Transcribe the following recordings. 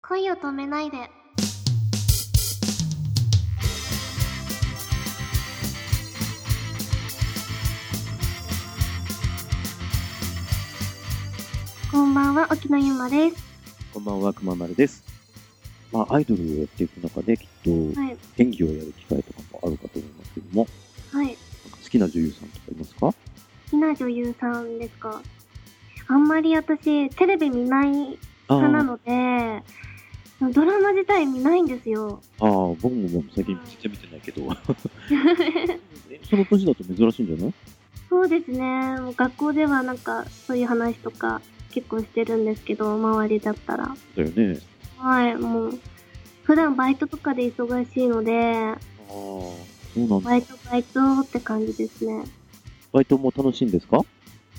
恋を止めないで。こんばんは、沖野ゆまです。こんばんは、くままるです。まあ、アイドルをやっていく中で、きっとはい、演技をやる機会とかもあるかと思いますけども、はい。なんか好きな女優さんとかいますか好きな女優さんですかあんまり私、テレビ見ないあ派なーので、ドラマ自体見ないんです よ。あー、僕ももう最近全然見てない けど、その年だと珍しいんじゃないそうですね。もう学校ではなんか、そういう話とか結構してるんですけど、周りだったら。だよね。はい、もう、普段バイトとかで忙しいので、ああ、そうなんバイだ。トバイトって感じですね。バイトも楽しいんですか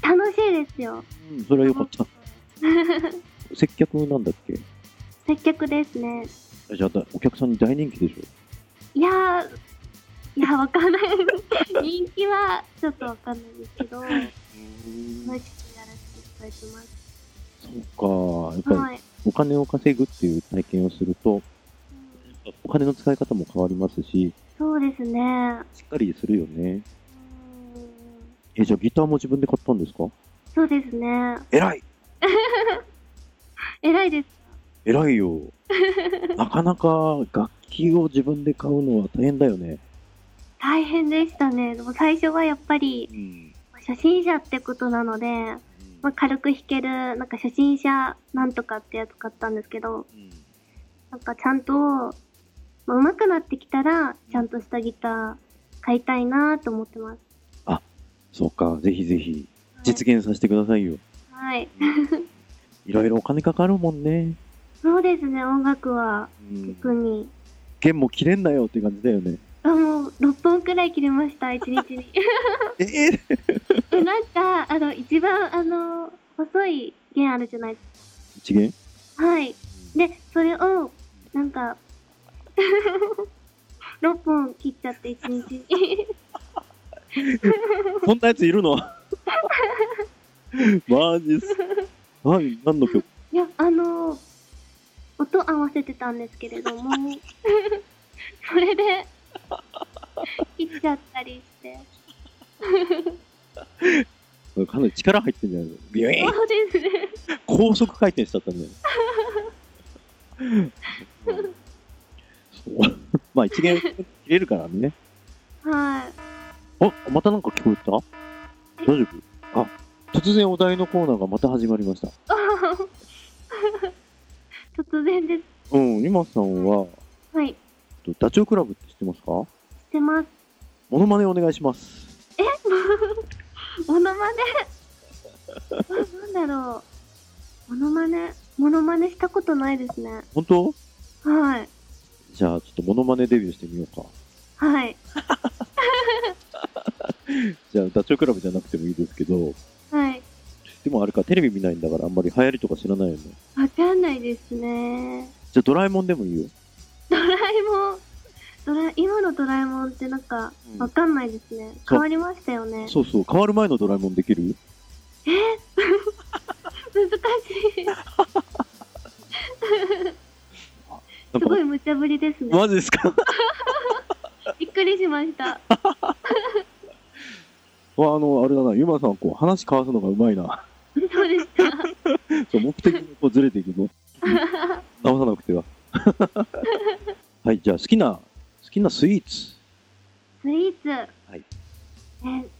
楽しいですよ。うん、それはよかった。接客なんだっけ接客ですね。じゃあ、だお客さんに大人気でしょいやー、いや、わかんない。人気はちょっとわかんないですけど、楽しくやらせていただいてます。そうか、やっぱり、はい。お金を稼ぐっていう体験をすると、うんお金の使い方も変わりますし、そうですね。うんしっかりするよね。え、じゃあギターも自分で買ったんですかそうですね。偉い偉いです。偉い よ。なかなか楽器を自分で買うのは大変だよね。大変でしたね。でも最初はやっぱり、ん。初心者ってことなので、まあ、軽く弾ける、なんか初心者なんとかってやつ買ったんですけど、なんかちゃんと、まあ、上手くなってきたら、ちゃんとしたギター買いたいなと思ってます。そうか、ぜひぜひ実現させてくださいよ。はい。はい。いろいろお金かかるもんね。そうですね、音楽は、うん特に。弦も切れんなよって感じだよね。あ、もう、6本くらい切れました、1日に。 ええで、なんか、あの、一番、あの、細い弦あるじゃないです一弦か。はい。で、それを、なんか、6本切っちゃって、1日に。こんなやつい るのマジっす。何、何の曲いや、あの音合わせてたんですけれども、 それで、切っちゃったりして。かなり力入ってんじゃないのビュイーンそうですね。高速回転しちゃったんだよね。そうまあ一元切れるからね。はい。 あまたなんか聞こえた大丈夫あ突然お題のコーナーがまた始まりました。突然です。うん、今さんは、はい。えっとダチョウ倶楽部って知ってますかモしてます。ノマネお願いします。モノマネ。なんだろう。モノマネ。モノマネしたことないですね。本当はい。じゃあちょっとモノマネデビューしてみようか。はい。じゃあダチョウ倶楽部じゃなくてもいいですけど、はい。でもあれか、テレビ見ないんだからあんまり流行りとか知らないよね。わかんないですね。じゃあドラえもんでもいいよ。ドラえもん。ドラ、今のドラえもんってなんか、うんわかんないですね。変わりましたよね。そうそう、変わる前のドラえもんできる難 しい。なんすかごい無茶ぶりですね。 マジですかびっくりしま した。わあの、あれだな、ゆまさんはこう話交わすのがうまい な。そうでした。そう目的にこうずれていく の。直さなくては。 はい、じゃあ好きな、好きなスイーツ。。スイーツ。はいえ、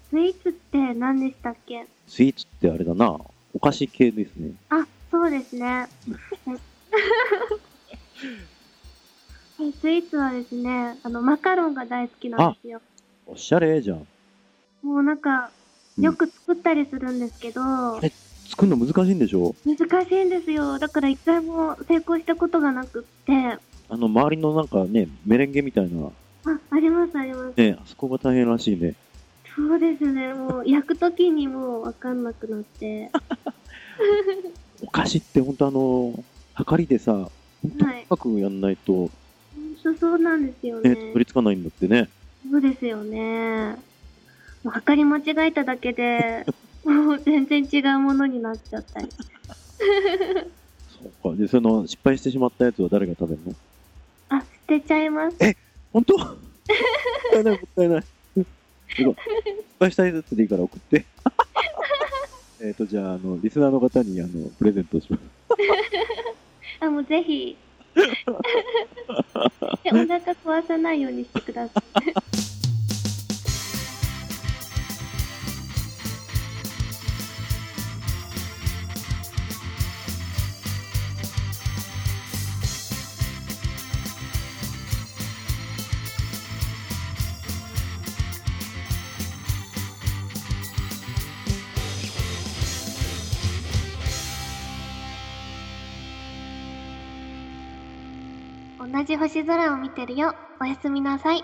スイーツって何でしたっけスイーツってあれだな、お菓子系ですね。あ、そうですね。えスイーツはですね、あの、マカロンが大好きなんですよ。おしゃれじゃん。もうなんか、うんよく作ったりするんですけど、れ作るの難しいんでしょ難しいんですよ。だから一回も成功したことがなくって、あ、あの、周りのなんかね、メレンゲみたいな、ありますあります。ね、あそこが大変らしいね。そうですね、もう焼くときにもうわかんなくなって。お菓子ってほんとあの、はかりでさ、ほんとはい深くやんないと、ほんとそうなんですよね、ね。取り付かないんだってね。そうですよね。もう測り間違えただけで、もう全然違うものになっちゃったり。そうかでその失敗してしまったやつは誰が食べるのあ、捨てちゃいます。本当もったいないもったいないすごい失敗したやつでいいから送って えっとじゃああのリスナーの方にあのプレゼントしますあ、もうぜひ。でお腹壊さないようにしてください。同じ星空を見てるよ。おやすみなさい。